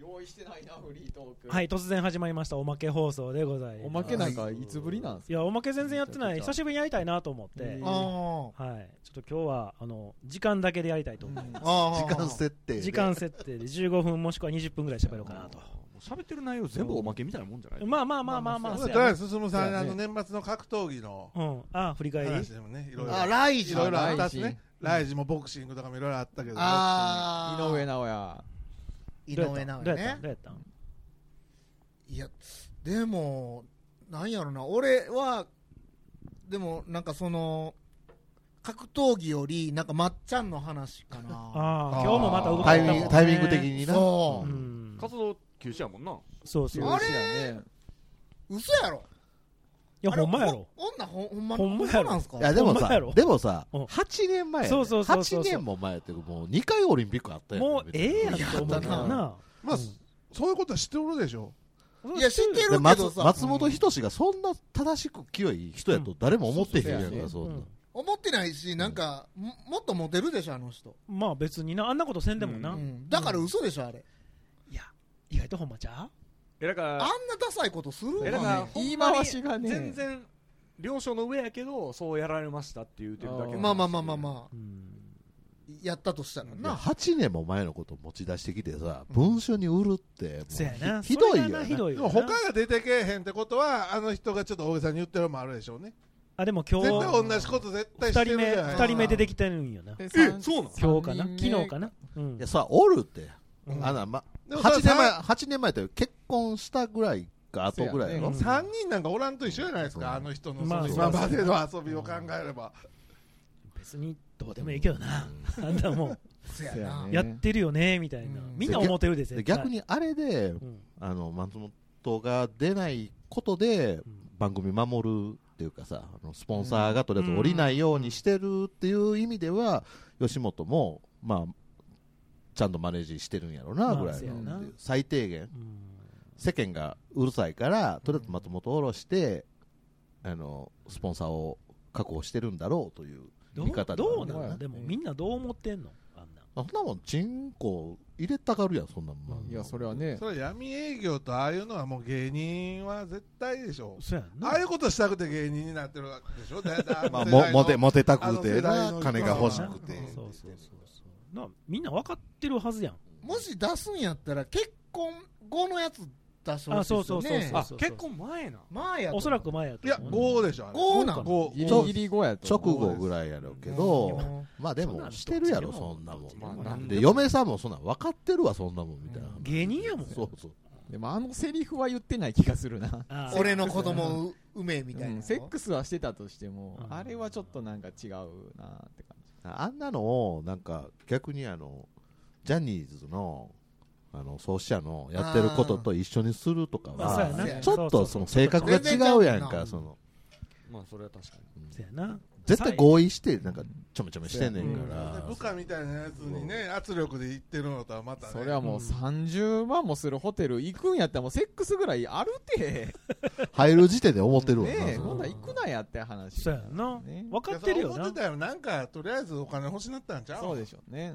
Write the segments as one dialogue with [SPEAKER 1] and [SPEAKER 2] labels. [SPEAKER 1] 用意してないなフリートーク
[SPEAKER 2] はい突然始まりましたおまけ放送でございます
[SPEAKER 1] おまけなんかいつぶりなんです
[SPEAKER 2] い
[SPEAKER 1] か
[SPEAKER 2] やおまけ全然やってない
[SPEAKER 1] めちゃくちゃ
[SPEAKER 2] 久しぶりにやりたいなと思って、
[SPEAKER 1] うん
[SPEAKER 3] あ
[SPEAKER 2] はいちょっと今日はあの時間だけでやりたいと思います
[SPEAKER 3] ーあー
[SPEAKER 4] 時間設定で
[SPEAKER 2] 時間設定で15分もしくは20分ぐらい喋ろうかなと
[SPEAKER 5] もう喋ってる内容全部おまけみたいなもんじゃない
[SPEAKER 2] まあまあまあまあまあ
[SPEAKER 3] と
[SPEAKER 2] そう
[SPEAKER 3] り
[SPEAKER 2] や
[SPEAKER 3] あ
[SPEAKER 2] な
[SPEAKER 3] えず進さん、
[SPEAKER 1] そうや
[SPEAKER 3] あ
[SPEAKER 1] ね
[SPEAKER 3] の年末の格闘技の
[SPEAKER 2] うんあ振り返り
[SPEAKER 3] 話でもねいろいろ
[SPEAKER 4] あライ
[SPEAKER 3] い
[SPEAKER 4] ジ
[SPEAKER 3] ろいろあったし
[SPEAKER 1] ライジ
[SPEAKER 3] ねライジもボクシングとかもいろいろあったけど
[SPEAKER 4] あ
[SPEAKER 1] 井上尚弥
[SPEAKER 4] 井
[SPEAKER 2] どうや
[SPEAKER 4] 上
[SPEAKER 2] った
[SPEAKER 4] 直
[SPEAKER 2] ど
[SPEAKER 4] 弥
[SPEAKER 2] うやった
[SPEAKER 4] ね
[SPEAKER 2] どうやったん
[SPEAKER 4] いやでもなんやろな俺はでもなんかその格闘技よりなんかまっちゃんの話かな
[SPEAKER 2] あ
[SPEAKER 3] あ
[SPEAKER 2] あ
[SPEAKER 3] ー
[SPEAKER 2] 今日もまた動か な
[SPEAKER 4] タイ
[SPEAKER 2] い
[SPEAKER 4] ミングタイミング的にな
[SPEAKER 2] う
[SPEAKER 4] そ
[SPEAKER 2] ん
[SPEAKER 5] 活動休止やもんな
[SPEAKER 2] そうそう
[SPEAKER 4] あれ
[SPEAKER 1] やね
[SPEAKER 4] う嘘やろ
[SPEAKER 2] いやほんまやろ
[SPEAKER 4] あれほ女ほんほんま
[SPEAKER 2] ほんまやろ
[SPEAKER 4] ほなんすか
[SPEAKER 2] うん
[SPEAKER 4] いや
[SPEAKER 2] や
[SPEAKER 4] や
[SPEAKER 2] で
[SPEAKER 4] で
[SPEAKER 2] も
[SPEAKER 4] も
[SPEAKER 2] さほんまやろ
[SPEAKER 4] さでもさ
[SPEAKER 2] うん
[SPEAKER 4] 8年前
[SPEAKER 2] そうそうそうそう
[SPEAKER 4] 8年も前ってもう2回オリンピックあったやん
[SPEAKER 2] もうええやん
[SPEAKER 4] いや
[SPEAKER 2] と思うけどな
[SPEAKER 3] まあそういうことは知っておるでしょ
[SPEAKER 4] いや知って
[SPEAKER 2] る
[SPEAKER 4] るけど松さ
[SPEAKER 3] つ
[SPEAKER 4] 松本人志がそんな正しく清い人やと誰も思ってへんやんかそんな思ってないしなんかももっとモテるでしょあの人
[SPEAKER 2] まあ別になあんなことせんでもな、
[SPEAKER 5] う
[SPEAKER 4] うんだから嘘でしょあれ
[SPEAKER 2] いや意外とほんまちゃう
[SPEAKER 5] えだか
[SPEAKER 4] あ
[SPEAKER 5] ら
[SPEAKER 4] んなダサいことする
[SPEAKER 5] えだか
[SPEAKER 4] の
[SPEAKER 5] ら
[SPEAKER 1] ね言い回しがね
[SPEAKER 5] 全然了承の上やけどそうやられましたって言うてるだけ
[SPEAKER 4] まあまあまあまあまあ
[SPEAKER 2] うん
[SPEAKER 4] やったとしたら
[SPEAKER 1] うん
[SPEAKER 4] な
[SPEAKER 6] 8年も前のことを持ち出してきてさ、
[SPEAKER 3] うん
[SPEAKER 6] 文書に売るって、もう
[SPEAKER 2] そやな
[SPEAKER 6] ひひどい
[SPEAKER 2] それ
[SPEAKER 6] よ
[SPEAKER 2] が
[SPEAKER 6] な
[SPEAKER 2] なひどい
[SPEAKER 3] で
[SPEAKER 2] よな
[SPEAKER 3] も他が出てけえへんってことはあの人がちょっと大げさに言ってるのもあるでしょうね
[SPEAKER 2] あでも今日
[SPEAKER 3] 絶対同じこと絶対して
[SPEAKER 2] 2人
[SPEAKER 3] るじ
[SPEAKER 2] 目
[SPEAKER 3] ゃない
[SPEAKER 2] 二人目出てきてるんよな
[SPEAKER 1] え
[SPEAKER 5] そうなの
[SPEAKER 2] 今日かな昨日かなうん
[SPEAKER 6] いや、さ、おるって。
[SPEAKER 3] うん
[SPEAKER 6] あの、ま、
[SPEAKER 3] でもさ
[SPEAKER 6] 8年前、八年前って結婚したぐらいか、後ぐら
[SPEAKER 1] そう
[SPEAKER 6] いや
[SPEAKER 1] や
[SPEAKER 6] ろ
[SPEAKER 2] ね。
[SPEAKER 3] 三人なんかおらんと一緒じゃないです
[SPEAKER 6] うん
[SPEAKER 3] かあの人の
[SPEAKER 2] まあ
[SPEAKER 3] その今までの遊びを考えれば
[SPEAKER 2] 別にどうでもいいけどな、あんたも
[SPEAKER 4] そや
[SPEAKER 1] そうや
[SPEAKER 4] な
[SPEAKER 2] う
[SPEAKER 1] ね
[SPEAKER 2] やってるよねみたいな、
[SPEAKER 4] うん
[SPEAKER 2] みんな思ってるで
[SPEAKER 6] で
[SPEAKER 2] 絶対
[SPEAKER 6] 逆、にあれで、
[SPEAKER 2] うん
[SPEAKER 6] あの、松本が出ないことで、番組守るっていうかさ、あのスポンサーがとりあえず降りないようにしてるっていう意味では、吉本も、まあ、ちゃんとマネージしてるんやろうな、ぐ
[SPEAKER 2] まあ
[SPEAKER 6] らい
[SPEAKER 2] そうやな
[SPEAKER 6] の。最低限。
[SPEAKER 2] うん
[SPEAKER 6] 世間がうるさいからとりあえず松本を下ろして、あのスポンサーを確保してるんだろうという
[SPEAKER 2] ど
[SPEAKER 6] 見方
[SPEAKER 2] う
[SPEAKER 6] では
[SPEAKER 2] どう
[SPEAKER 6] ね
[SPEAKER 2] なのでもみんなどう思ってんのあんな
[SPEAKER 6] あそんなもんチンコ入れたがるやんそんなもん、
[SPEAKER 1] いやそれはね
[SPEAKER 3] それは闇営業とああいうのはもう芸人は絶対でしょう
[SPEAKER 2] そうやん
[SPEAKER 3] ああいうことしたくて芸人になってるわけでしょだいたい
[SPEAKER 6] まあ、
[SPEAKER 3] あの世代の
[SPEAKER 6] もモテモテた
[SPEAKER 3] あ
[SPEAKER 6] く
[SPEAKER 3] の
[SPEAKER 6] て
[SPEAKER 3] 世代
[SPEAKER 6] な
[SPEAKER 3] の
[SPEAKER 6] 金が欲しくて
[SPEAKER 3] うん
[SPEAKER 2] そうそうそうそうなみんな分かってるはずやん
[SPEAKER 4] もし出すんやったら結婚後のやつ出してほ
[SPEAKER 2] あ
[SPEAKER 4] しい
[SPEAKER 2] そう
[SPEAKER 4] です
[SPEAKER 2] そ
[SPEAKER 4] よ
[SPEAKER 2] うそう
[SPEAKER 4] ね
[SPEAKER 2] そう
[SPEAKER 5] あ
[SPEAKER 2] そう
[SPEAKER 5] 結構前な
[SPEAKER 4] まあやと
[SPEAKER 2] おそらく前や
[SPEAKER 3] い
[SPEAKER 2] と
[SPEAKER 3] や
[SPEAKER 2] 思う
[SPEAKER 3] 5でしょあれ
[SPEAKER 4] 5なん
[SPEAKER 2] 五
[SPEAKER 1] ギリギリ後やと
[SPEAKER 6] 直
[SPEAKER 1] 思う
[SPEAKER 6] 後ぐらいやろうけど
[SPEAKER 4] うん
[SPEAKER 6] まあで
[SPEAKER 2] そんな
[SPEAKER 6] も
[SPEAKER 2] ん
[SPEAKER 6] してるや
[SPEAKER 2] ど
[SPEAKER 6] ろ
[SPEAKER 2] っちでも
[SPEAKER 6] そんなもん
[SPEAKER 5] まあ
[SPEAKER 2] まあ
[SPEAKER 5] なん
[SPEAKER 6] で嫁さんもそんなん分かってるわそんなもんみたいな
[SPEAKER 4] う
[SPEAKER 2] 芸人やもん
[SPEAKER 6] そうそう
[SPEAKER 1] でもあのセリフは言ってない気がするな
[SPEAKER 2] あ
[SPEAKER 4] 俺の子供ううめえみたい
[SPEAKER 1] うん
[SPEAKER 4] な
[SPEAKER 1] セックスはしてたとしても
[SPEAKER 2] うん
[SPEAKER 1] あれはちょっとなんか違うなって感じ
[SPEAKER 6] あんなのをなんか逆にあのジャニーズのあの創始者のやってることと一緒にするとか
[SPEAKER 2] まあそう
[SPEAKER 6] は
[SPEAKER 2] やな
[SPEAKER 6] ちょっとその性格が違うやんか、
[SPEAKER 4] 全然ちゃうな
[SPEAKER 6] その
[SPEAKER 5] まあそれは確かに
[SPEAKER 2] そうやな
[SPEAKER 6] 絶対合意して、なんかちょめちょめしてんねんか
[SPEAKER 3] で
[SPEAKER 6] ら、
[SPEAKER 3] 部下みたいなやつにね圧力で言ってるのとはまたね
[SPEAKER 1] それはもう
[SPEAKER 2] うん
[SPEAKER 1] 30万もするホテル行くんやったらもうセックスぐらいあるて
[SPEAKER 6] 入る時点で思ってるわ
[SPEAKER 1] ねえ
[SPEAKER 6] な、
[SPEAKER 1] ほんなら行くなやって話
[SPEAKER 2] そうやな
[SPEAKER 1] ね
[SPEAKER 2] 分かってるよ
[SPEAKER 3] いやそう思
[SPEAKER 2] な
[SPEAKER 3] ってたよなんかとりあえずお金欲しなったんちゃう
[SPEAKER 1] そうでしょうね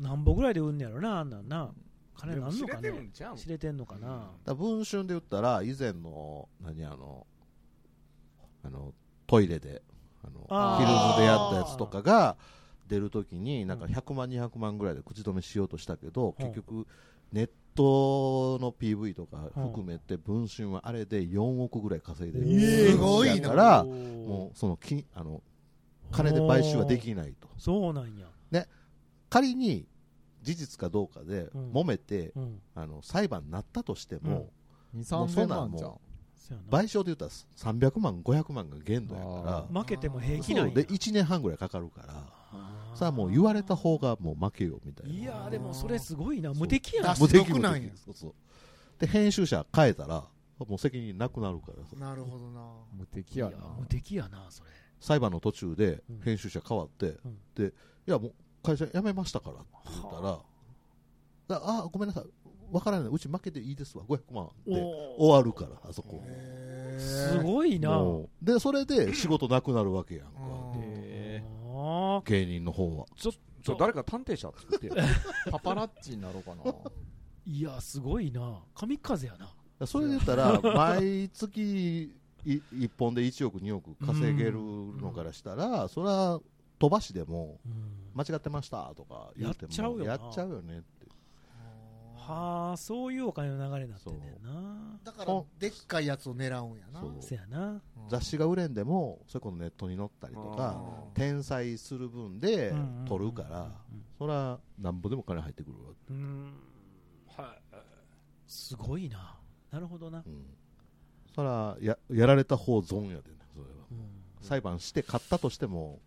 [SPEAKER 2] うんなんぼぐらいで売んねやろなあんなんな金なんのか
[SPEAKER 5] でも知れてる
[SPEAKER 2] ね
[SPEAKER 5] んちゃう
[SPEAKER 2] 知れてんのかな
[SPEAKER 6] だ文春で言ったら、以前の、何あの、あの、トイレで、あの、
[SPEAKER 2] あ
[SPEAKER 6] ヒル
[SPEAKER 2] ー
[SPEAKER 6] ズでやったやつとかが出るときになんか100万、200万ぐらいで口止めしようとしたけど、
[SPEAKER 2] うん
[SPEAKER 6] 結局ネットの PV とか含めて文春はあれで4億ぐらい稼いで
[SPEAKER 2] え
[SPEAKER 6] る
[SPEAKER 2] え
[SPEAKER 4] すごいな
[SPEAKER 6] だから
[SPEAKER 2] も
[SPEAKER 6] もうそのきあの金で買収はできないと
[SPEAKER 2] そうなんや、
[SPEAKER 6] 仮に事実かどうかで
[SPEAKER 2] うん
[SPEAKER 6] 揉めて、
[SPEAKER 2] うん、
[SPEAKER 6] あの裁判になったとしても、もうそ
[SPEAKER 1] 23
[SPEAKER 6] んなん
[SPEAKER 1] 万
[SPEAKER 6] もう
[SPEAKER 1] じゃん
[SPEAKER 2] そうやな
[SPEAKER 6] 賠償で言ったら300万、500万が限度やか
[SPEAKER 2] 負けても平
[SPEAKER 6] ら
[SPEAKER 2] 気
[SPEAKER 6] そ
[SPEAKER 2] な
[SPEAKER 6] うんで
[SPEAKER 2] や
[SPEAKER 6] 1年半ぐらいかかるから
[SPEAKER 2] あー
[SPEAKER 6] さあもう言われた方がもう負けよみたいない
[SPEAKER 2] やーでもそれすごいな無敵や
[SPEAKER 4] 出
[SPEAKER 2] な
[SPEAKER 4] し
[SPEAKER 6] 無敵
[SPEAKER 4] 毒なんや
[SPEAKER 6] 無敵そうそうで編集者変えたらもう責任なくなるからさ
[SPEAKER 4] なるほどな
[SPEAKER 1] 無敵や
[SPEAKER 2] い
[SPEAKER 1] な
[SPEAKER 2] や無敵やなそれ
[SPEAKER 6] 裁判の途中で
[SPEAKER 2] うん
[SPEAKER 6] 編集者変わって、
[SPEAKER 2] うん
[SPEAKER 6] でいやもう会社辞めましたからって言ったら、だああごめんなさいわからないうち負けていいですわ500万で終わるからあそこ
[SPEAKER 4] へえ
[SPEAKER 2] すごいなあ
[SPEAKER 6] もうでそれで仕事なくなるわけやんか、
[SPEAKER 4] うん
[SPEAKER 1] へえ
[SPEAKER 2] ー
[SPEAKER 6] 芸人の方は
[SPEAKER 5] ちょ誰か探偵者作ってよ
[SPEAKER 1] パパラッチになろうかな
[SPEAKER 2] いやすごいな神風やな
[SPEAKER 6] それで言ったら毎月い1本で1億2億稼げるのからしたら、それは飛ばしでも
[SPEAKER 2] うん
[SPEAKER 6] 間違ってましたとか言っても
[SPEAKER 2] やっちゃうよな
[SPEAKER 6] やっちゃうよねって
[SPEAKER 2] はあそういうお金の流れになってんねんな
[SPEAKER 4] だからでっかいやつを狙うんやな
[SPEAKER 6] そう
[SPEAKER 2] せやな
[SPEAKER 4] うん
[SPEAKER 6] 雑誌が売れんでもそれこそネットに載ったりとか
[SPEAKER 4] うん
[SPEAKER 6] 転載する分で
[SPEAKER 2] うん
[SPEAKER 6] 取るからそれはなんぼでも金入ってくるわ、
[SPEAKER 2] うんうんはいすごいななるほどな
[SPEAKER 6] うん、それはややられた方損やでねそれは
[SPEAKER 2] うん
[SPEAKER 6] 裁判して勝ったとしても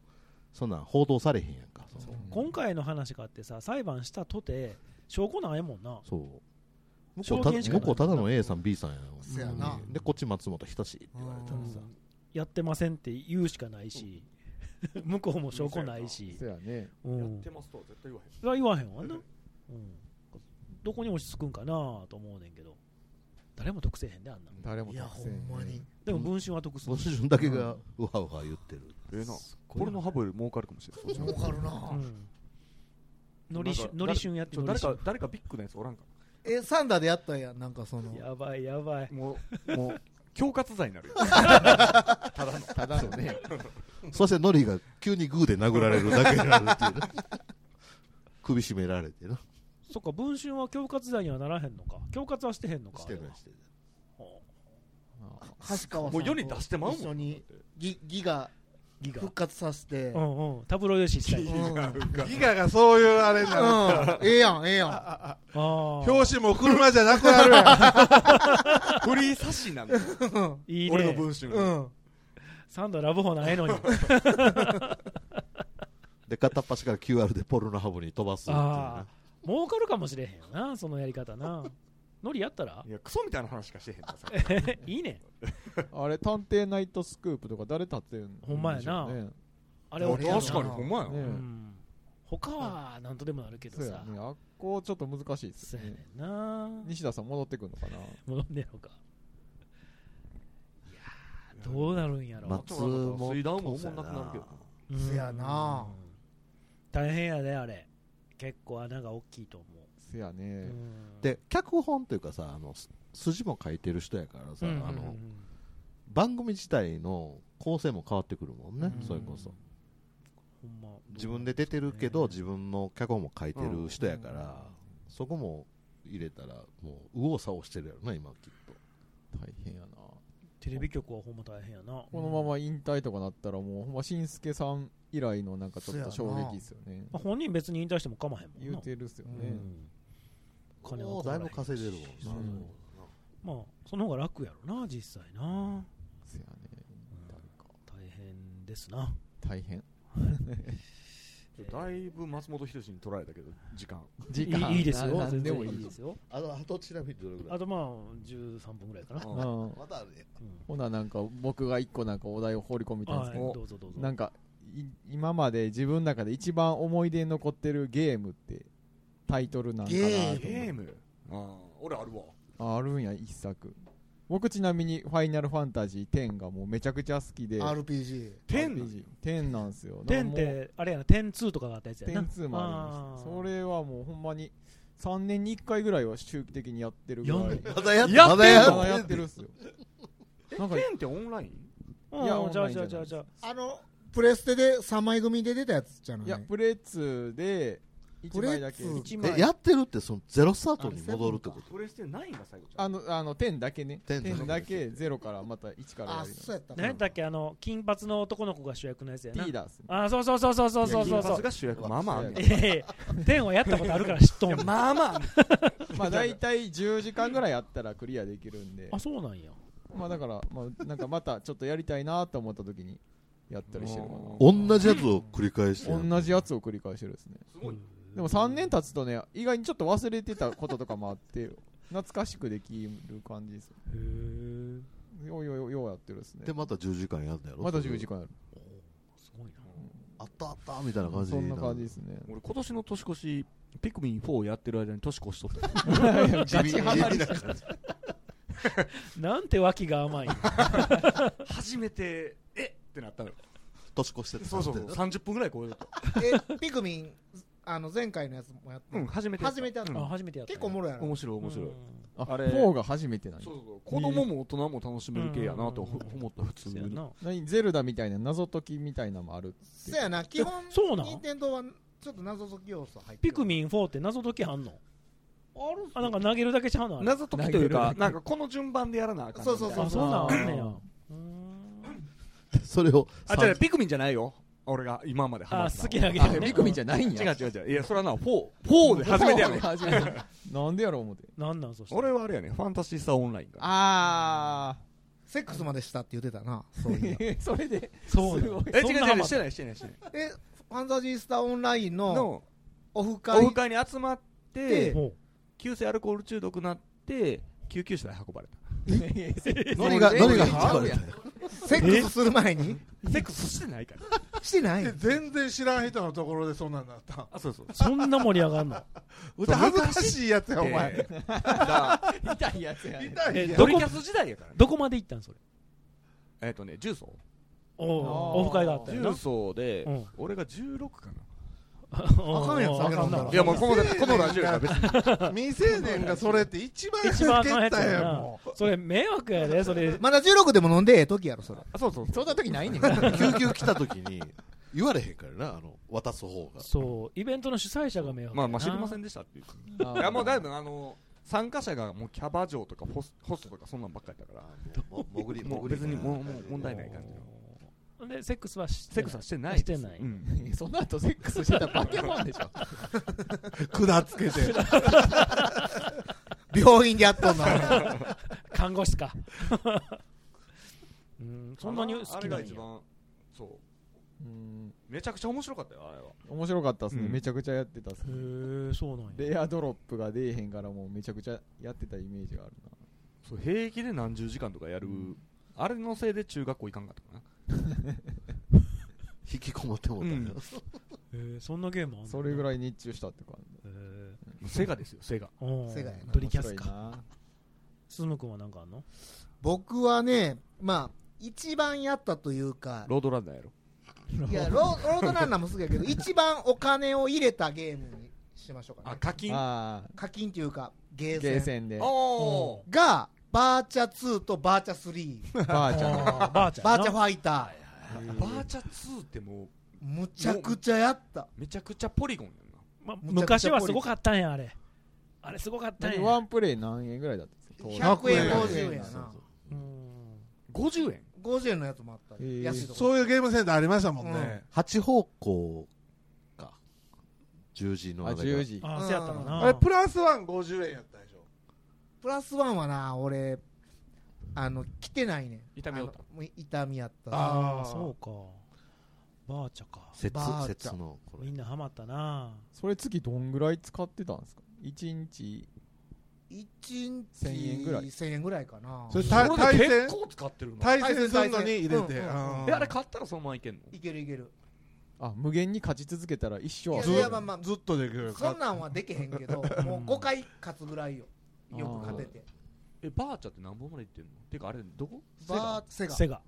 [SPEAKER 6] そんなん報道されへんやんかそ
[SPEAKER 4] そう
[SPEAKER 6] の
[SPEAKER 2] 今回の話があってさ裁判したとて証拠ないもんな
[SPEAKER 6] そう向こ
[SPEAKER 2] 証
[SPEAKER 6] うた
[SPEAKER 2] 言しかな
[SPEAKER 6] 向
[SPEAKER 2] い
[SPEAKER 6] こうただの A さん B さんやん
[SPEAKER 4] せやな
[SPEAKER 6] でこっち松本人志って言われたらさ
[SPEAKER 2] うんやってませんって言うしかないし 向こうも証拠ないし
[SPEAKER 1] そやね
[SPEAKER 2] うん
[SPEAKER 5] やってますとは絶対言わへん
[SPEAKER 2] それは言わへんわな、うん、どこに落ち着くんかなと思うねんけど誰も得せへんであんなの
[SPEAKER 1] 誰も
[SPEAKER 4] いや
[SPEAKER 1] 得
[SPEAKER 4] ほ
[SPEAKER 1] せね
[SPEAKER 4] んまに
[SPEAKER 2] でも文春は得す
[SPEAKER 6] ご
[SPEAKER 2] る
[SPEAKER 6] 主人だけがうわうわ言ってる
[SPEAKER 5] ええな
[SPEAKER 2] すごい
[SPEAKER 5] ポ
[SPEAKER 2] な
[SPEAKER 5] ルノハブより儲かるかもしれない
[SPEAKER 4] 儲かる
[SPEAKER 2] う
[SPEAKER 4] なん
[SPEAKER 2] のりしゅ
[SPEAKER 5] なんか
[SPEAKER 2] のりしゅんやって
[SPEAKER 5] ちょ
[SPEAKER 2] のり
[SPEAKER 5] 誰
[SPEAKER 2] しゅ
[SPEAKER 5] か
[SPEAKER 2] ん
[SPEAKER 5] 誰かビッグなやつおらんか
[SPEAKER 4] えサンダーでやったやんなんかその
[SPEAKER 2] やばいやばい
[SPEAKER 5] もうもう恐喝罪になるよ
[SPEAKER 1] ただのね
[SPEAKER 6] そしてノリが急にグーで殴られるだけになるっていうね首絞められてな
[SPEAKER 2] そっか文春は恐喝罪にはならへんのか恐喝はしてへんのか
[SPEAKER 6] してない
[SPEAKER 2] あれは
[SPEAKER 6] してない
[SPEAKER 2] ほう
[SPEAKER 4] 橋川さん
[SPEAKER 5] もう世に出してまうもん
[SPEAKER 4] 一緒にギギガ
[SPEAKER 2] ギガ
[SPEAKER 4] 復活させて
[SPEAKER 2] う
[SPEAKER 4] うん
[SPEAKER 2] うんタブロイド紙したい
[SPEAKER 4] ん
[SPEAKER 3] ギガがそういうあれになる
[SPEAKER 4] ええやんええや
[SPEAKER 2] あー
[SPEAKER 3] 表紙も車じゃなくなるやん
[SPEAKER 5] フリーサシ なんだよ
[SPEAKER 2] いい
[SPEAKER 5] 俺の
[SPEAKER 2] ね
[SPEAKER 5] 文春
[SPEAKER 4] んうん
[SPEAKER 2] サンドラブホないのに
[SPEAKER 6] で片っ端から QR でポルノハブに飛ばすっていう
[SPEAKER 2] あ
[SPEAKER 6] な
[SPEAKER 2] あ儲かるかもしれへんよなそのやり方なノリやったら
[SPEAKER 5] いやクソみたいな話しかしてへんからさ
[SPEAKER 2] いいね
[SPEAKER 1] あれ探偵ナイトスクープとか誰立ってん
[SPEAKER 2] ほんまやな
[SPEAKER 1] ね
[SPEAKER 2] あれ
[SPEAKER 4] いや
[SPEAKER 2] は
[SPEAKER 4] 俺やな
[SPEAKER 5] 確かにほんまや
[SPEAKER 1] ね
[SPEAKER 2] うん他はなんとでもなるけど
[SPEAKER 1] そうや
[SPEAKER 2] さ
[SPEAKER 1] ねあっこちょっと難しいです
[SPEAKER 2] そう
[SPEAKER 1] よ
[SPEAKER 2] や
[SPEAKER 1] ね
[SPEAKER 2] ねんな
[SPEAKER 1] 西田さん戻ってくるのかな
[SPEAKER 2] 戻んねやろかいやーどうなるんやろ
[SPEAKER 6] 松本
[SPEAKER 5] 水道もおもんなくなるけど
[SPEAKER 2] うん
[SPEAKER 4] せやな
[SPEAKER 2] 大変やであれ結構穴が大きいと思
[SPEAKER 1] せや
[SPEAKER 2] う
[SPEAKER 1] ね
[SPEAKER 2] うん
[SPEAKER 6] で脚本というかさあのす筋も書いてる人やからさ、
[SPEAKER 2] うんうんうん
[SPEAKER 6] あの番組自体の構成も変わってくるもんね、
[SPEAKER 2] うん
[SPEAKER 6] それこそ
[SPEAKER 2] ほんま
[SPEAKER 6] 自分で出てるけど、
[SPEAKER 2] ね
[SPEAKER 6] 自分の脚本も書いてる人やから、そこも入れたらもう右往左往してるやろな今きっと
[SPEAKER 1] 大変やな
[SPEAKER 2] テレビ局はほんま大変やな
[SPEAKER 1] このまま引退とかなったらもうほんま紳助さん以来のなんかちょっと衝撃っすよね
[SPEAKER 2] まあ本人別に引退しても構わへんもんな
[SPEAKER 1] 言うてるっすよ
[SPEAKER 2] う
[SPEAKER 1] ね
[SPEAKER 2] ん金は
[SPEAKER 6] もう
[SPEAKER 2] 取ら
[SPEAKER 6] だ
[SPEAKER 2] れへん
[SPEAKER 6] いぶ稼いでるもんな、
[SPEAKER 1] うん
[SPEAKER 2] まあその方が楽やろな実際な
[SPEAKER 1] せやね引退か
[SPEAKER 2] 大変ですな
[SPEAKER 1] 大変
[SPEAKER 5] だいぶ松本人志に取られたけど時間
[SPEAKER 1] 時
[SPEAKER 2] いいいいですよ
[SPEAKER 1] な何
[SPEAKER 2] 全
[SPEAKER 1] で
[SPEAKER 2] 然
[SPEAKER 1] もい
[SPEAKER 2] いい
[SPEAKER 1] い
[SPEAKER 2] で
[SPEAKER 1] です
[SPEAKER 2] すよ
[SPEAKER 6] あとあとちなみにどれぐら
[SPEAKER 2] あ
[SPEAKER 6] い
[SPEAKER 2] とまあ13分ぐらいかな、
[SPEAKER 1] う
[SPEAKER 5] うん
[SPEAKER 1] ん
[SPEAKER 6] まだあるね
[SPEAKER 2] うん
[SPEAKER 1] ほななんか僕が一個なんかお題を放り込みたいんですけ
[SPEAKER 2] はい
[SPEAKER 1] ど
[SPEAKER 2] どうぞどうぞ
[SPEAKER 1] なんかい今まで自分の中で一番思い出に残ってるゲームってタイトルなんかなと思っ
[SPEAKER 5] ゲ
[SPEAKER 1] て
[SPEAKER 5] ームああ俺あるわ
[SPEAKER 1] ああるんや一作僕ちなみに「ファイナルファンタジー10」がもうめちゃくちゃ好きで
[SPEAKER 4] RPG
[SPEAKER 5] 天
[SPEAKER 1] RPG 10なんですよ
[SPEAKER 2] 天っ
[SPEAKER 1] なんかもう
[SPEAKER 2] てあれやな天2とかがあったやつやな
[SPEAKER 1] 10 2もありま
[SPEAKER 2] ー
[SPEAKER 1] したそれはもうほんまに3年に1回ぐらいは周期的にやってるぐらい
[SPEAKER 2] やん
[SPEAKER 6] まだやっ
[SPEAKER 5] やってんの
[SPEAKER 6] まだ
[SPEAKER 1] ま
[SPEAKER 6] や
[SPEAKER 1] だやってるっすよなんか
[SPEAKER 5] 天ってオンライン
[SPEAKER 2] うん
[SPEAKER 1] いや
[SPEAKER 2] じゃ
[SPEAKER 1] オンライ
[SPEAKER 2] あ
[SPEAKER 1] ン
[SPEAKER 2] じ
[SPEAKER 1] じゃな
[SPEAKER 2] ゃあ
[SPEAKER 1] い
[SPEAKER 2] じゃあじゃあ
[SPEAKER 4] あのプレステで3枚組で出たやつじゃない
[SPEAKER 1] いやプレッツで1枚だけ
[SPEAKER 4] プレッツ
[SPEAKER 2] 一
[SPEAKER 6] え
[SPEAKER 2] 枚
[SPEAKER 6] やってるってそのゼロスタートに戻るってこと
[SPEAKER 5] プレステ9が最後ちゃう
[SPEAKER 1] あのあの10だけね
[SPEAKER 6] 10
[SPEAKER 1] 10だけ0からまた1からや
[SPEAKER 4] あ
[SPEAKER 1] る
[SPEAKER 4] そうやった
[SPEAKER 2] 何やったっけあの金髪の男の子が主役のやつや
[SPEAKER 1] テ
[SPEAKER 2] な
[SPEAKER 1] ィーダース
[SPEAKER 2] あーそうそうそうそうそうそうそう
[SPEAKER 5] 金
[SPEAKER 2] そ
[SPEAKER 5] 髪
[SPEAKER 2] う
[SPEAKER 5] が主役まあまああんねん
[SPEAKER 2] いやいや天はやったことあるから知っとんねん
[SPEAKER 5] まあまああんねん
[SPEAKER 1] まあ大体10時間ぐらいやったらクリアできるんで
[SPEAKER 2] あそうなんや
[SPEAKER 1] まあだから、まあ、なんかまたちょっとやりたいなと思った時にやったりしてるか
[SPEAKER 6] 同じやつを繰り返してや
[SPEAKER 1] な
[SPEAKER 6] る
[SPEAKER 1] 同じやつを繰り返してるですね
[SPEAKER 5] すごい
[SPEAKER 1] でも3年経つとね意外にちょっと忘れてたこととかもあって懐かしくできる感じです
[SPEAKER 2] へえ
[SPEAKER 1] ようようようようやってるですね
[SPEAKER 6] でまた10時間やるんだやろ
[SPEAKER 1] まだ10時間やる
[SPEAKER 2] すごいな
[SPEAKER 6] あったあったみたいな感じ
[SPEAKER 1] そんな感じですね
[SPEAKER 5] 俺今年の年越しピクミン4をやってる間に年越しとったよ
[SPEAKER 1] ガチハマり
[SPEAKER 6] だから
[SPEAKER 2] なんて脇が甘いんや
[SPEAKER 5] 初めてえっってなったのよ
[SPEAKER 6] 年越してた
[SPEAKER 5] そうそうそう30分ぐらい超えとった
[SPEAKER 4] えピクミンあの前回のやつもやって、
[SPEAKER 5] うん、初めてやった
[SPEAKER 4] 初めてやった、
[SPEAKER 5] うん
[SPEAKER 2] あ初めてやった
[SPEAKER 4] 結構おもろいやろ
[SPEAKER 5] 面白い面白い、
[SPEAKER 2] うん
[SPEAKER 1] あ
[SPEAKER 5] あれ
[SPEAKER 1] 4が初めてなんや
[SPEAKER 5] そうそう子供も大人も楽しめる系やなと
[SPEAKER 2] うん
[SPEAKER 5] 思った普通
[SPEAKER 2] そうや
[SPEAKER 5] に
[SPEAKER 2] な
[SPEAKER 1] 何ゼルダみたいな謎解きみたいなのもある
[SPEAKER 4] そうやな基本
[SPEAKER 2] そうなん
[SPEAKER 4] 任天堂はちょっと謎解き要素入って
[SPEAKER 2] ピクミン4って謎解きあんの
[SPEAKER 4] ある
[SPEAKER 2] あなんか投げるだけちゃうのあれ
[SPEAKER 5] 謎解きとい
[SPEAKER 1] 投
[SPEAKER 5] う
[SPEAKER 1] げ
[SPEAKER 5] か
[SPEAKER 1] るだけ
[SPEAKER 5] なんかこの順番でやらなあかんみたいな
[SPEAKER 4] そうそう
[SPEAKER 2] あそうなんあんねや
[SPEAKER 5] う
[SPEAKER 2] うーん
[SPEAKER 6] それを
[SPEAKER 5] あ違うピクミンじゃないよ俺が今までハマ
[SPEAKER 2] あ
[SPEAKER 5] った
[SPEAKER 2] 好きなゲ
[SPEAKER 1] あ
[SPEAKER 2] ームね
[SPEAKER 1] ミクミンじゃないん
[SPEAKER 5] 違
[SPEAKER 1] や
[SPEAKER 5] う違う違ういやそれはな4 4で初めてやねん
[SPEAKER 1] 初めてなんでやろう思って
[SPEAKER 2] なんなんそして
[SPEAKER 5] 俺はあれやねんファンタシースターオンラインが
[SPEAKER 1] あ
[SPEAKER 4] セックスまでしたって言ってたなそういうの
[SPEAKER 1] あそれで
[SPEAKER 2] そうな
[SPEAKER 1] す
[SPEAKER 2] の
[SPEAKER 1] ごい
[SPEAKER 5] え違う
[SPEAKER 2] そんな
[SPEAKER 5] 違
[SPEAKER 2] ハ
[SPEAKER 5] う
[SPEAKER 2] マ
[SPEAKER 5] してないしてないしてない
[SPEAKER 4] えファンタジースターオンラインの
[SPEAKER 5] の
[SPEAKER 4] オフ会
[SPEAKER 5] オフ会に集まって
[SPEAKER 2] ほ
[SPEAKER 5] 急性アルコール中毒になって救急車で運ばれた
[SPEAKER 6] ノリがノリが引っ張る
[SPEAKER 4] セックスする前に
[SPEAKER 5] セックスしてないから
[SPEAKER 4] してない
[SPEAKER 3] で全然知らん人のところでそんなんなった
[SPEAKER 5] あそうそう
[SPEAKER 2] うそんな盛り上がんの
[SPEAKER 3] 歌恥ずかしいやつやお前
[SPEAKER 5] でだから
[SPEAKER 1] 痛いやつやね
[SPEAKER 3] 痛い
[SPEAKER 2] え
[SPEAKER 3] や
[SPEAKER 2] ど
[SPEAKER 5] ド
[SPEAKER 2] こ
[SPEAKER 5] リキャス時代やからね
[SPEAKER 2] どこまで行ったんそれ
[SPEAKER 5] えっとね重曹
[SPEAKER 2] お
[SPEAKER 1] あー
[SPEAKER 2] おオフ会があったよな
[SPEAKER 5] 重曹で
[SPEAKER 2] うん
[SPEAKER 5] 俺が16かな
[SPEAKER 2] あ
[SPEAKER 4] かんやん酒飲んだら
[SPEAKER 5] いやもう このこのラジオやから別に
[SPEAKER 3] 未成年がそれって一番
[SPEAKER 2] 一番あかん
[SPEAKER 3] け
[SPEAKER 2] やつ
[SPEAKER 3] た
[SPEAKER 2] や
[SPEAKER 3] やん
[SPEAKER 2] な
[SPEAKER 3] も
[SPEAKER 2] それ迷惑やでそ れ
[SPEAKER 4] まだ16でも飲んでええ時やろそれ
[SPEAKER 5] あそうそう
[SPEAKER 1] そんな時ない ねんから
[SPEAKER 6] 救急来た時に言われへんからなあの渡す方が
[SPEAKER 2] そうイベントの主催者が迷惑
[SPEAKER 5] まあまあ知りませ
[SPEAKER 2] ん
[SPEAKER 5] んでしたっていういやもうだいぶあの参加者がもうキャバ嬢とかホスホストとかそんなんばっかりだから
[SPEAKER 6] も潜り
[SPEAKER 5] もう
[SPEAKER 6] 潜り
[SPEAKER 5] 別にもうもう問題ない感じの
[SPEAKER 2] でセックスはして
[SPEAKER 5] セックスはしてないで
[SPEAKER 2] し
[SPEAKER 5] す
[SPEAKER 2] てない
[SPEAKER 5] うん
[SPEAKER 1] その後セックスしてたバケモンで しょ
[SPEAKER 3] 管つけて
[SPEAKER 4] 病院でやっとんな
[SPEAKER 2] 看護師かうんそんなに好き
[SPEAKER 5] あ
[SPEAKER 2] な
[SPEAKER 5] れ
[SPEAKER 2] ん
[SPEAKER 5] が一
[SPEAKER 2] や
[SPEAKER 5] 番そう
[SPEAKER 1] うん
[SPEAKER 5] めちゃくちゃ面白かったよあれは
[SPEAKER 1] 面白かったっすね、
[SPEAKER 5] うん
[SPEAKER 1] めちゃくちゃやってたっすね
[SPEAKER 2] へえそうなんや
[SPEAKER 1] レアドロップが出えへんからもうめちゃくちゃやってたイメージがあるな
[SPEAKER 5] そう平気で何十時間とかやるあれのせいで中学校行かんかったかな
[SPEAKER 6] 引きこもってもうたんや
[SPEAKER 5] う
[SPEAKER 2] へ
[SPEAKER 5] ん
[SPEAKER 2] ーそんなゲームあんの
[SPEAKER 1] それぐ
[SPEAKER 2] い
[SPEAKER 1] らい熱中したって感じ
[SPEAKER 5] セガですよセガ
[SPEAKER 4] セガやな
[SPEAKER 2] ドリキャス
[SPEAKER 1] 面
[SPEAKER 2] か
[SPEAKER 1] 白いな
[SPEAKER 2] スム君は何かあんの
[SPEAKER 4] 僕はねまあ一番やったというか
[SPEAKER 5] ロードランナーやろ
[SPEAKER 4] いやロロードランナーもすぐやけど一番お金を入れたゲームにしましょうか
[SPEAKER 5] あ
[SPEAKER 4] ね
[SPEAKER 5] 課金あ
[SPEAKER 1] ああ
[SPEAKER 4] 課金というか
[SPEAKER 1] ゲ
[SPEAKER 4] ゲーセン
[SPEAKER 1] ーセンで
[SPEAKER 5] あ
[SPEAKER 4] がバーチャ2とバーチャ3
[SPEAKER 1] ばあちゃんが
[SPEAKER 2] あーバーチャ
[SPEAKER 4] バーチャ
[SPEAKER 2] ン
[SPEAKER 4] ファイタ
[SPEAKER 5] バーチャ2ってもう
[SPEAKER 4] ーむちゃくちゃやった
[SPEAKER 5] めちゃくちゃポリゴンやんな
[SPEAKER 2] まあ
[SPEAKER 4] むちゃくち
[SPEAKER 2] 昔
[SPEAKER 4] ゃ
[SPEAKER 2] はすごかったんやあれあれすごかったん
[SPEAKER 1] 何
[SPEAKER 2] や
[SPEAKER 1] ワンプレイ何円ぐらいだったんですか当時
[SPEAKER 4] 100円
[SPEAKER 3] 100
[SPEAKER 4] 50円やな
[SPEAKER 2] うん
[SPEAKER 5] 50円
[SPEAKER 4] 50円のやつもあった
[SPEAKER 1] へー
[SPEAKER 4] り安いとこ
[SPEAKER 3] そういうゲームセンターありましたもんね、
[SPEAKER 6] 8方向か十字の
[SPEAKER 1] あ
[SPEAKER 6] で
[SPEAKER 1] 10時
[SPEAKER 2] あ
[SPEAKER 4] う
[SPEAKER 2] あ
[SPEAKER 4] ん
[SPEAKER 2] そうやったかな
[SPEAKER 3] あれプラスワン50円やったでしょ
[SPEAKER 4] プラスワンはな俺あの来てないねん
[SPEAKER 5] 痛みよった
[SPEAKER 4] あのもう痛みやった
[SPEAKER 2] あ
[SPEAKER 3] あ
[SPEAKER 2] あ
[SPEAKER 3] ー
[SPEAKER 2] そうかバーチャか
[SPEAKER 6] 節
[SPEAKER 4] バーチャ
[SPEAKER 6] 節のこ
[SPEAKER 2] み
[SPEAKER 6] れ
[SPEAKER 2] んなハマったな
[SPEAKER 1] それ月どんぐらい使ってたんですか1日
[SPEAKER 4] 1日
[SPEAKER 1] 1000円ぐらい
[SPEAKER 4] 1000円ぐらいかな
[SPEAKER 3] それ
[SPEAKER 5] こ
[SPEAKER 3] た対
[SPEAKER 5] れで
[SPEAKER 3] 戦
[SPEAKER 5] 結構使ってるの
[SPEAKER 3] 対戦するのに入れ
[SPEAKER 4] 対
[SPEAKER 3] て、
[SPEAKER 4] 戦
[SPEAKER 3] あ
[SPEAKER 5] え
[SPEAKER 3] ー
[SPEAKER 5] あれ買ったらそのままいけんの
[SPEAKER 4] いけるいける
[SPEAKER 1] あ無限に勝ち続けたら一生遊
[SPEAKER 4] い
[SPEAKER 1] べ
[SPEAKER 4] や
[SPEAKER 1] る
[SPEAKER 4] いやまあまあ
[SPEAKER 3] ずっとできる
[SPEAKER 4] そ
[SPEAKER 3] か
[SPEAKER 4] んなんはできへんけど
[SPEAKER 2] ん
[SPEAKER 4] もう5回勝つぐらいよよく勝てて
[SPEAKER 5] えバーチャって何本までいってんのてかあれどこ
[SPEAKER 4] バーセガ
[SPEAKER 2] セガ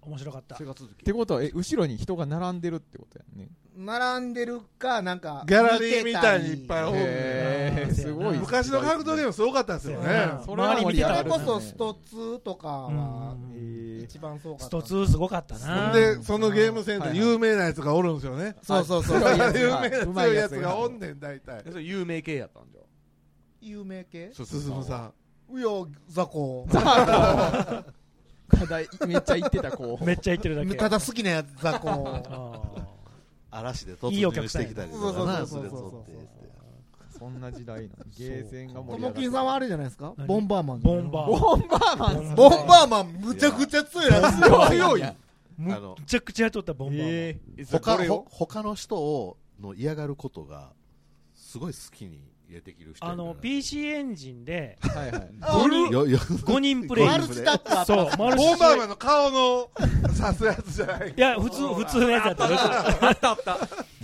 [SPEAKER 2] 面白かった
[SPEAKER 5] セガ続き
[SPEAKER 1] ってことはえ後ろに人が並んでるってことやんね
[SPEAKER 4] 並んでるかなんか
[SPEAKER 3] ギャラリーみたいにいっぱいおる
[SPEAKER 1] へ
[SPEAKER 2] あー
[SPEAKER 1] ーすごい
[SPEAKER 3] 昔の格闘ゲームすごかったんですよ
[SPEAKER 2] そうや
[SPEAKER 3] ね
[SPEAKER 2] な
[SPEAKER 1] それは盛り上
[SPEAKER 4] そ
[SPEAKER 1] が
[SPEAKER 4] れ
[SPEAKER 1] る
[SPEAKER 4] こそスト2とかは
[SPEAKER 2] うん
[SPEAKER 1] えー
[SPEAKER 4] 一番そうか
[SPEAKER 2] ス
[SPEAKER 4] った
[SPEAKER 2] ト2すごかった
[SPEAKER 3] ほ
[SPEAKER 2] なん
[SPEAKER 3] でそのゲームセンター
[SPEAKER 1] はい
[SPEAKER 3] 有名なやつがおるんですよね
[SPEAKER 4] そうそうそう
[SPEAKER 1] あ強いやつ
[SPEAKER 3] 有
[SPEAKER 1] が
[SPEAKER 3] 名な
[SPEAKER 1] うま
[SPEAKER 3] 強
[SPEAKER 1] い
[SPEAKER 3] いや
[SPEAKER 1] や
[SPEAKER 3] つ
[SPEAKER 1] つ
[SPEAKER 3] が
[SPEAKER 1] が
[SPEAKER 3] おんねん大体
[SPEAKER 5] えそれ有名系やったんじゃ
[SPEAKER 4] 有名系
[SPEAKER 5] 進
[SPEAKER 3] 進むさ
[SPEAKER 4] うよ雑魚
[SPEAKER 1] 課題 めっちゃ言ってた子
[SPEAKER 2] めっちゃ言ってるだけ
[SPEAKER 4] ただ好きなやつ雑魚
[SPEAKER 2] あ
[SPEAKER 6] 嵐で突
[SPEAKER 2] いいお客
[SPEAKER 6] 入し
[SPEAKER 2] さん
[SPEAKER 6] て
[SPEAKER 2] や
[SPEAKER 6] きたりと
[SPEAKER 4] そうそう
[SPEAKER 6] かな
[SPEAKER 4] そうそうそう
[SPEAKER 6] それとって
[SPEAKER 1] そんな時代なのゲーセンが
[SPEAKER 4] と
[SPEAKER 1] 盛り上
[SPEAKER 4] もき
[SPEAKER 1] が
[SPEAKER 4] んさ
[SPEAKER 1] っ
[SPEAKER 4] んはあれじゃないですか
[SPEAKER 2] 何
[SPEAKER 4] ボンバーマン
[SPEAKER 2] ボンバー
[SPEAKER 1] ボンバーマン
[SPEAKER 2] ー
[SPEAKER 4] ボ
[SPEAKER 2] ボ
[SPEAKER 4] ンバーマンむちゃくちゃ強いやつ
[SPEAKER 1] 強い
[SPEAKER 2] む
[SPEAKER 6] あの
[SPEAKER 2] っちゃくちゃやっとったボンバーマン、
[SPEAKER 1] え
[SPEAKER 5] えそれこ
[SPEAKER 6] 他
[SPEAKER 5] れ
[SPEAKER 6] ほ
[SPEAKER 5] よ
[SPEAKER 6] 他の人をの嫌がることがすごい好きにできる人
[SPEAKER 2] あの PC エンジンで
[SPEAKER 1] ーはいはい
[SPEAKER 2] 5人
[SPEAKER 6] よよ
[SPEAKER 2] 5人プレイ
[SPEAKER 4] マルチタップ
[SPEAKER 2] そうマルチ
[SPEAKER 3] ボンバーマンの顔の刺すやつじゃない
[SPEAKER 2] いや普通普通のやつやった
[SPEAKER 5] あったあ った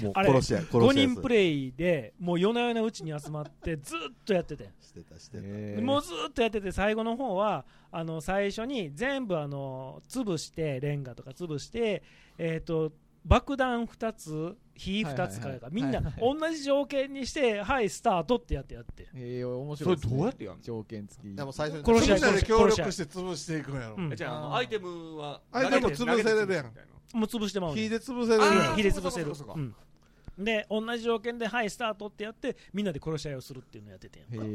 [SPEAKER 6] もう
[SPEAKER 2] あれ
[SPEAKER 6] 殺しや殺しや
[SPEAKER 2] 5人プ
[SPEAKER 6] イ
[SPEAKER 2] レイでもう夜な夜なうちに集まってずっとやってて
[SPEAKER 6] してたしてた
[SPEAKER 1] えー
[SPEAKER 2] もうずっとやってて最後の方はあの最初に全部あの潰してレンガとか潰してえっ、と爆弾2つ火2つか
[SPEAKER 1] はいはいは
[SPEAKER 2] らか
[SPEAKER 1] い
[SPEAKER 2] みんな同じ条件にしてはいスタートってやってやって
[SPEAKER 1] ええ面
[SPEAKER 5] そ
[SPEAKER 1] 白い
[SPEAKER 5] れ
[SPEAKER 1] ですね
[SPEAKER 5] どうやってやんの
[SPEAKER 1] 条件付き
[SPEAKER 6] でも最初に
[SPEAKER 2] 殺し合い
[SPEAKER 3] みんなで
[SPEAKER 2] 殺し合い
[SPEAKER 3] 協力して潰していくんやろ、
[SPEAKER 2] うん
[SPEAKER 5] えじゃああの
[SPEAKER 4] あー
[SPEAKER 5] アイテムは
[SPEAKER 3] アイテム潰せれるやん
[SPEAKER 5] 投げて潰すみ
[SPEAKER 2] もう潰してまうね
[SPEAKER 3] 火
[SPEAKER 2] ん
[SPEAKER 3] で潰せ
[SPEAKER 5] あ
[SPEAKER 3] る
[SPEAKER 5] ー
[SPEAKER 3] やん
[SPEAKER 2] 火で潰せ
[SPEAKER 5] そ
[SPEAKER 2] る
[SPEAKER 5] うかそうかそうか
[SPEAKER 2] うんで同じ条件ではいスタートってやってみんなで殺し合いをするっていうのやっててんやんか
[SPEAKER 1] へ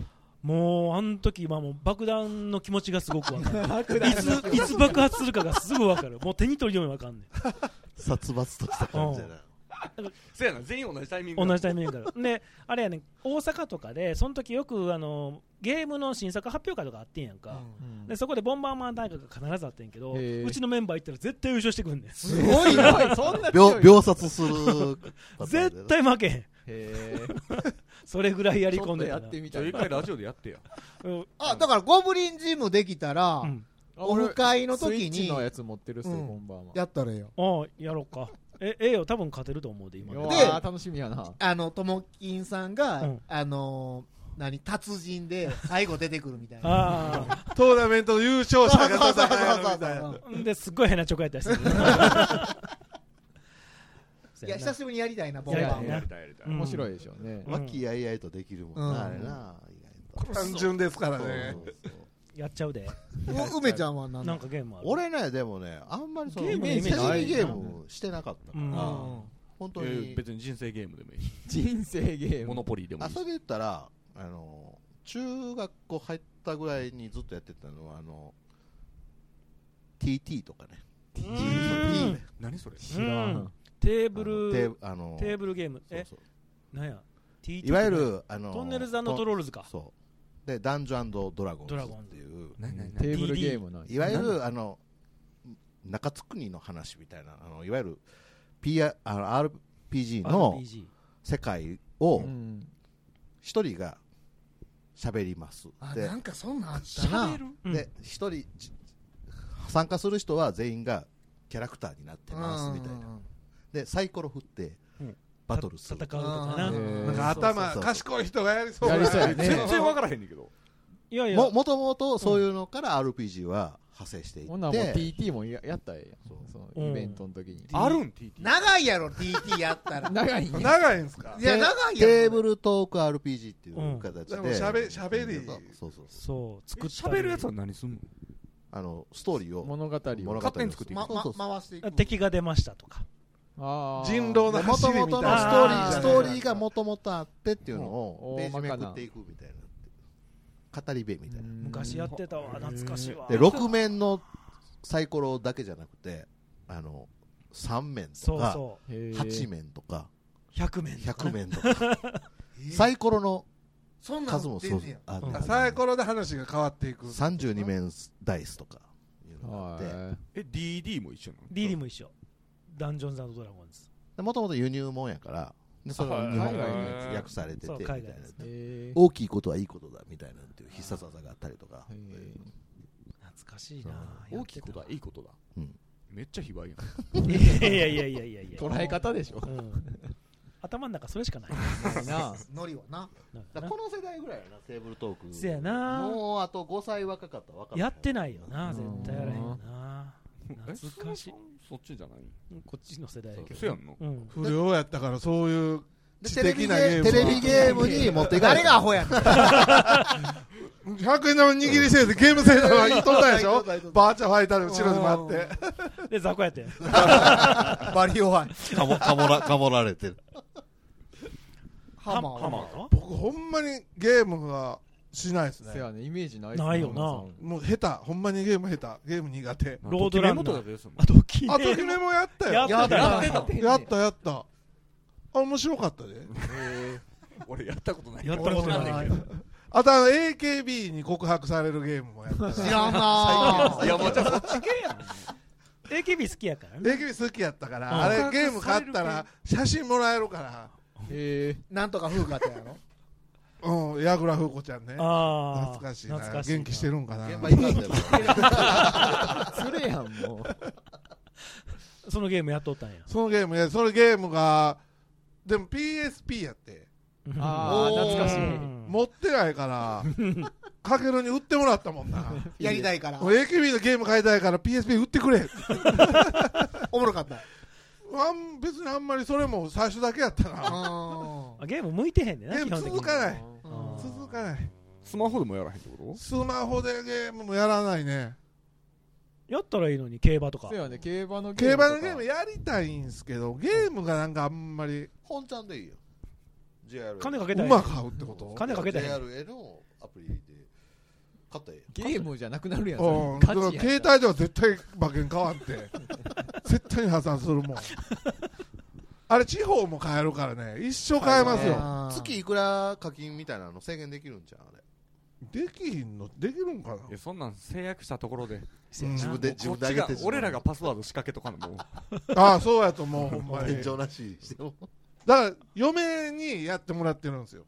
[SPEAKER 1] え
[SPEAKER 2] もうあの時今もう爆弾の気持ちがすごくわか るいついつ爆発するかがすぐわかるもう手に取りようにわかん ねん
[SPEAKER 6] 殺伐とした感じやな
[SPEAKER 5] そうやな全員同じタイミング
[SPEAKER 2] 同じタイミングやからであれやねん大阪とかでその時よくあのゲームの新作発表会とかあってんやんか、
[SPEAKER 1] うん
[SPEAKER 2] でそこでボンバーマン大会が必ずあってんけど
[SPEAKER 1] へえ
[SPEAKER 2] うちのメンバー行ったら絶対優勝してくんねん
[SPEAKER 4] すごいな。
[SPEAKER 1] そんな強
[SPEAKER 6] 秒
[SPEAKER 1] い
[SPEAKER 6] 秒殺するパターンだよ
[SPEAKER 2] 絶
[SPEAKER 6] な
[SPEAKER 2] 対負けへん
[SPEAKER 1] へえ
[SPEAKER 2] それぐらいやり
[SPEAKER 1] ちょ
[SPEAKER 2] 込
[SPEAKER 1] っ
[SPEAKER 2] ん
[SPEAKER 1] と
[SPEAKER 2] で
[SPEAKER 1] や
[SPEAKER 2] た
[SPEAKER 1] ってみ
[SPEAKER 5] じ
[SPEAKER 1] た
[SPEAKER 5] ゃあ
[SPEAKER 1] い
[SPEAKER 5] 一回ラジオでやってや
[SPEAKER 2] うん
[SPEAKER 4] あ、だからゴブリンジムできたら
[SPEAKER 2] う、ん
[SPEAKER 4] オフ会の時
[SPEAKER 1] スイッチ
[SPEAKER 4] に
[SPEAKER 1] のやつ持ってるっすよ、
[SPEAKER 4] うん
[SPEAKER 1] ボンバーマン
[SPEAKER 4] やったらええよ。
[SPEAKER 2] ああやろうかえええよ多分勝てると思うで今
[SPEAKER 1] う
[SPEAKER 2] ね
[SPEAKER 1] わ
[SPEAKER 4] で
[SPEAKER 1] ー楽しみやな
[SPEAKER 4] あの、ともきんさんが、
[SPEAKER 2] うん
[SPEAKER 4] あのー、何、達人で最後出てくる みたいな。
[SPEAKER 2] あ
[SPEAKER 3] トーナメントの優勝者が戦えるみたいな
[SPEAKER 4] う
[SPEAKER 2] あですっごい変なチョコやったりす る
[SPEAKER 4] んいや、久しぶりにやりたいな、ボン
[SPEAKER 2] やり
[SPEAKER 4] バ
[SPEAKER 2] たい
[SPEAKER 4] ー
[SPEAKER 2] ね
[SPEAKER 4] マ
[SPEAKER 5] や
[SPEAKER 4] ン
[SPEAKER 5] り。たいやりたい
[SPEAKER 2] うん
[SPEAKER 1] 面白いでしょうね
[SPEAKER 2] うん
[SPEAKER 6] 和気あいあいとできるもんな、
[SPEAKER 4] うん
[SPEAKER 6] あれな意
[SPEAKER 3] 単純ですから
[SPEAKER 6] 外と
[SPEAKER 3] ね
[SPEAKER 6] そうそうそう
[SPEAKER 2] やっちゃうで
[SPEAKER 4] う梅ちゃんは何
[SPEAKER 2] な
[SPEAKER 4] なん
[SPEAKER 2] んかゲームある
[SPEAKER 6] 俺ねでもねあんまりその
[SPEAKER 2] ゲームのイメージ
[SPEAKER 6] 手
[SPEAKER 2] ない
[SPEAKER 6] 尻ゲームしてなかったから、
[SPEAKER 2] うん
[SPEAKER 6] 本当
[SPEAKER 5] え
[SPEAKER 6] に、
[SPEAKER 5] ー別に人生ゲームでもいいし
[SPEAKER 1] 人生ゲー
[SPEAKER 5] モ
[SPEAKER 1] ム
[SPEAKER 5] ノポリーでもい
[SPEAKER 6] あ
[SPEAKER 5] い
[SPEAKER 6] それ
[SPEAKER 5] し
[SPEAKER 6] で言ったらあの中学校入ったぐらいにずっとやってたのはあの TT とかね
[SPEAKER 2] うん
[SPEAKER 5] 何それ
[SPEAKER 1] 知らん
[SPEAKER 2] テー
[SPEAKER 6] テ
[SPEAKER 2] ブル
[SPEAKER 6] あの
[SPEAKER 2] テーブルゲームえ
[SPEAKER 6] そうそう
[SPEAKER 2] なんや TT
[SPEAKER 6] いわゆるあの
[SPEAKER 2] トンネルズトロールズか
[SPEAKER 6] そうでダンジョンドラゴン
[SPEAKER 2] ド
[SPEAKER 6] ズ
[SPEAKER 2] ラゴン
[SPEAKER 6] っていう
[SPEAKER 5] 何何
[SPEAKER 1] テーブルゲームなんや
[SPEAKER 6] いわゆるあの中津国の話みたいなあのいわゆる、PR、あの RPG の
[SPEAKER 2] RPG
[SPEAKER 6] 世界を
[SPEAKER 1] うん
[SPEAKER 6] 一人が喋ります、
[SPEAKER 4] あ、
[SPEAKER 6] で
[SPEAKER 4] なんかそんなんあったな。
[SPEAKER 2] うん
[SPEAKER 6] で一人じ参加する人は全員がキャラクターになってますみたいな、
[SPEAKER 4] うん
[SPEAKER 6] でサイコロ振って
[SPEAKER 2] うん
[SPEAKER 6] バトルす
[SPEAKER 2] 戦う
[SPEAKER 6] る
[SPEAKER 2] とかな
[SPEAKER 1] うん
[SPEAKER 3] なんか頭
[SPEAKER 6] そうそうそう
[SPEAKER 3] 賢い人がやりそうな
[SPEAKER 1] やりそうやね
[SPEAKER 5] 全然わからへんねんけど
[SPEAKER 2] いやいや
[SPEAKER 6] ももともとそういうのから RPG は派生していって、
[SPEAKER 1] ほんならもう TT もややったらええや
[SPEAKER 6] そうん
[SPEAKER 1] そ
[SPEAKER 2] うん
[SPEAKER 1] のイベントの時に
[SPEAKER 5] あるん TT
[SPEAKER 4] 長いやろ、TT やったら。
[SPEAKER 1] 長いんや
[SPEAKER 3] 長いんすか
[SPEAKER 4] いや、長いやろ。
[SPEAKER 6] テーブルトーク RPG っていう形で、
[SPEAKER 3] うんでもしゃべしゃべり
[SPEAKER 6] そうそうそう
[SPEAKER 2] そう作ったり
[SPEAKER 5] 喋るやつは何すんの
[SPEAKER 6] あのストーリーを
[SPEAKER 1] 物語を
[SPEAKER 6] 物語
[SPEAKER 5] 勝手に作っていく
[SPEAKER 4] ま、
[SPEAKER 6] そうそう
[SPEAKER 4] ま、回していく。
[SPEAKER 2] 敵が出ましたとか
[SPEAKER 1] あー
[SPEAKER 3] 人狼の
[SPEAKER 6] も
[SPEAKER 3] 走
[SPEAKER 6] と
[SPEAKER 3] り
[SPEAKER 6] も
[SPEAKER 3] みたい
[SPEAKER 6] との
[SPEAKER 3] な
[SPEAKER 6] ストーリ
[SPEAKER 2] あ
[SPEAKER 6] ー
[SPEAKER 2] ー
[SPEAKER 6] ストーリーがもともとあってっていうのを
[SPEAKER 1] うん
[SPEAKER 6] ページめ
[SPEAKER 1] 大まか
[SPEAKER 6] く
[SPEAKER 1] な
[SPEAKER 6] っていくみたいな語り部みたいな
[SPEAKER 2] 昔やってたわ懐かしいわ
[SPEAKER 6] で6面のサイコロだけじゃなくてあの3面
[SPEAKER 2] そ
[SPEAKER 6] と
[SPEAKER 2] う
[SPEAKER 6] か
[SPEAKER 2] そ
[SPEAKER 6] 8面とか
[SPEAKER 2] う100面
[SPEAKER 6] 100面とかサイコロの
[SPEAKER 4] そんなん
[SPEAKER 6] 数も
[SPEAKER 4] 出
[SPEAKER 6] そ
[SPEAKER 4] ん
[SPEAKER 6] う
[SPEAKER 4] ねや
[SPEAKER 6] あ
[SPEAKER 2] うん
[SPEAKER 6] の
[SPEAKER 3] サイコロで話が変わっていく
[SPEAKER 6] 32面ダイスとかいうのがあって
[SPEAKER 1] は
[SPEAKER 5] え DD も一緒なの
[SPEAKER 2] DD も一緒ダンジョンズドラゴンズ
[SPEAKER 6] もともと輸入もんやからでそれが日本語に訳されてて
[SPEAKER 2] そう
[SPEAKER 6] みたいな
[SPEAKER 2] 海外です
[SPEAKER 1] いへー
[SPEAKER 6] 大きいことはいいことだみたいなっていう必殺技があったりとか
[SPEAKER 1] へー
[SPEAKER 2] 懐かしいなや
[SPEAKER 5] 大
[SPEAKER 2] っ
[SPEAKER 5] き
[SPEAKER 2] て
[SPEAKER 5] い
[SPEAKER 2] た
[SPEAKER 5] ことはいいことだ
[SPEAKER 6] うん
[SPEAKER 5] めっちゃ卑猥やん
[SPEAKER 2] いやいやいやいやいやいや
[SPEAKER 1] 捉え方でしょ
[SPEAKER 2] うん頭の中それし かない
[SPEAKER 1] ないな
[SPEAKER 4] ノリはな。
[SPEAKER 2] なんかな
[SPEAKER 6] だからこの世代ぐらいやなテーブルトーク
[SPEAKER 2] せやな
[SPEAKER 6] もうあと5歳若かったら若かった
[SPEAKER 2] やってないよな
[SPEAKER 1] うん
[SPEAKER 2] 絶対やらへんよな懐かしい
[SPEAKER 5] えそっちじゃない
[SPEAKER 2] こっちの世代やけ
[SPEAKER 5] そうや
[SPEAKER 2] ど
[SPEAKER 5] んの
[SPEAKER 2] うん
[SPEAKER 3] 不良やったからそういう
[SPEAKER 6] で
[SPEAKER 3] 知
[SPEAKER 6] テレビ
[SPEAKER 3] 的な
[SPEAKER 6] ゲ
[SPEAKER 3] ゲー
[SPEAKER 6] ー
[SPEAKER 3] ム
[SPEAKER 6] テレビゲームに持っていか
[SPEAKER 4] 誰
[SPEAKER 6] れた
[SPEAKER 4] がアホやねん。
[SPEAKER 3] 100円玉握りせいでゲームセンターは行っとったでしょバーチャファイターで後ろに待って
[SPEAKER 2] で雑魚やったやん
[SPEAKER 4] バリ弱い。
[SPEAKER 6] かもかもらかもられてる
[SPEAKER 4] ハマーは。
[SPEAKER 2] ー
[SPEAKER 3] 僕ほんまにゲームがしないです
[SPEAKER 1] せ
[SPEAKER 3] ね
[SPEAKER 1] やねイメージないっす
[SPEAKER 2] ないよな
[SPEAKER 1] 浜田
[SPEAKER 3] もう下手ほんまにゲーム下手ゲーム苦手
[SPEAKER 2] ロードランナー
[SPEAKER 5] ときめもとかですもん
[SPEAKER 2] あとキ
[SPEAKER 3] あときめもやった
[SPEAKER 2] やっ
[SPEAKER 3] よ
[SPEAKER 2] てた
[SPEAKER 1] や
[SPEAKER 2] や
[SPEAKER 1] っ
[SPEAKER 2] って
[SPEAKER 1] た
[SPEAKER 2] てた
[SPEAKER 3] やったやったあ面白かったで
[SPEAKER 5] 俺やったことない
[SPEAKER 2] やったことない
[SPEAKER 5] 俺もんねんけど
[SPEAKER 3] あとあの AKB に告白されるゲームもや った
[SPEAKER 4] 知らんなぁ。
[SPEAKER 5] いやもうじゃあそっち
[SPEAKER 2] AKB 好きやからね
[SPEAKER 3] AKB 好きやったか
[SPEAKER 2] うん
[SPEAKER 3] らあれゲーム買ったら写真もらえるから
[SPEAKER 1] へー
[SPEAKER 4] なんとか風花ちゃんやろ。
[SPEAKER 3] うん矢倉風子ちゃんね
[SPEAKER 2] ああ
[SPEAKER 3] 懐かしいな
[SPEAKER 2] 懐かしいな
[SPEAKER 3] 元気してるんかな
[SPEAKER 6] 現場行かんでも
[SPEAKER 1] それやんもう
[SPEAKER 2] そのゲームやっとったんや
[SPEAKER 3] そのゲームやそのゲームがでも PSP やって
[SPEAKER 1] あー懐かしい
[SPEAKER 2] うん
[SPEAKER 3] 持ってないからかけるに売ってもらったもんな
[SPEAKER 4] やりたいから。
[SPEAKER 3] 俺 AKB のゲーム買いたいから PSP 売ってくれ
[SPEAKER 4] おもろかった。
[SPEAKER 3] あん別にあんまりそれも最初だけやったな
[SPEAKER 4] あ
[SPEAKER 2] あゲーム向いてへんねんな
[SPEAKER 3] ゲー
[SPEAKER 2] 基
[SPEAKER 3] ム
[SPEAKER 2] 本的に
[SPEAKER 3] 続かない
[SPEAKER 2] あー
[SPEAKER 3] 続かない
[SPEAKER 5] スマホでもやらへんってこと
[SPEAKER 3] スマホでゲームもやらないね
[SPEAKER 2] やったらいいのに競馬とか
[SPEAKER 1] そうやね競馬のゲー
[SPEAKER 3] 競
[SPEAKER 1] ムとか
[SPEAKER 3] 馬のゲームやりたいんすけどゲームがなんかあんまり
[SPEAKER 6] 本ちゃんでいいよ JRA
[SPEAKER 2] 金かけたらいい
[SPEAKER 3] 馬買うってこと
[SPEAKER 2] 金かけたらいい
[SPEAKER 6] JRA のアプリで買ったらええ
[SPEAKER 1] ゲームじゃなくなるやん
[SPEAKER 3] うん、
[SPEAKER 1] そ
[SPEAKER 3] だか
[SPEAKER 1] れ
[SPEAKER 3] ら
[SPEAKER 1] ガチやん
[SPEAKER 3] 携帯では絶対馬券買わんって絶対に破産するもんあれ地方も買えるからね一生買えますよ、
[SPEAKER 6] やん月いくら課金みたいなの制限できるんじゃんあれ
[SPEAKER 3] できひんのできるんかな
[SPEAKER 5] えそんなん制約したところで
[SPEAKER 2] せやな
[SPEAKER 3] 自
[SPEAKER 6] 分で
[SPEAKER 5] もうこっち
[SPEAKER 6] 自分で上げて
[SPEAKER 5] が俺らがパスワード仕掛けとかんのもう
[SPEAKER 3] ああそうやと思う ほんまにだ
[SPEAKER 6] 天
[SPEAKER 3] か
[SPEAKER 6] 井なししても
[SPEAKER 3] ら嫁にやってもらってるんですよ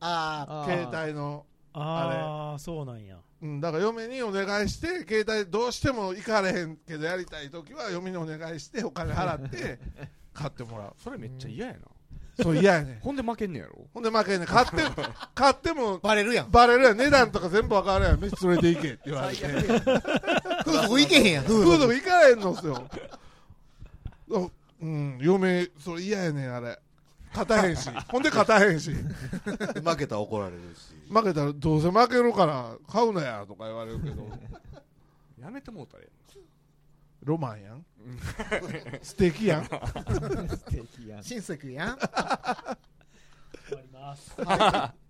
[SPEAKER 4] あー
[SPEAKER 1] あー
[SPEAKER 3] 携帯の
[SPEAKER 2] ああそうなんや
[SPEAKER 3] うん、だから嫁にお願いして携帯どうしても行かれへんけどやりたい時は嫁にお願いしてお金払って 買ってもらう
[SPEAKER 5] それめっちゃ嫌やな
[SPEAKER 3] そう嫌やねん
[SPEAKER 5] ほんで負けんねやろ
[SPEAKER 3] ほんで負けんねん買って 買っても
[SPEAKER 4] バレるやん
[SPEAKER 3] バレるやん値段とか全部分かるやん飯連れて行けって言われて
[SPEAKER 4] 風俗行けへんやん風
[SPEAKER 3] フー
[SPEAKER 4] 俗
[SPEAKER 3] ドも行かれへんのっすよ おうん嫁それ嫌やねんあれ勝たへんしほんで勝たへんし
[SPEAKER 6] 負けたら怒られるし
[SPEAKER 3] 負けたらどうせ負けるから買うなやとか言われるけど
[SPEAKER 5] やめてもうたらええ
[SPEAKER 3] ロマンやん
[SPEAKER 5] うん
[SPEAKER 3] 素敵やん
[SPEAKER 1] 素敵やん
[SPEAKER 4] 親戚やん
[SPEAKER 2] 終わります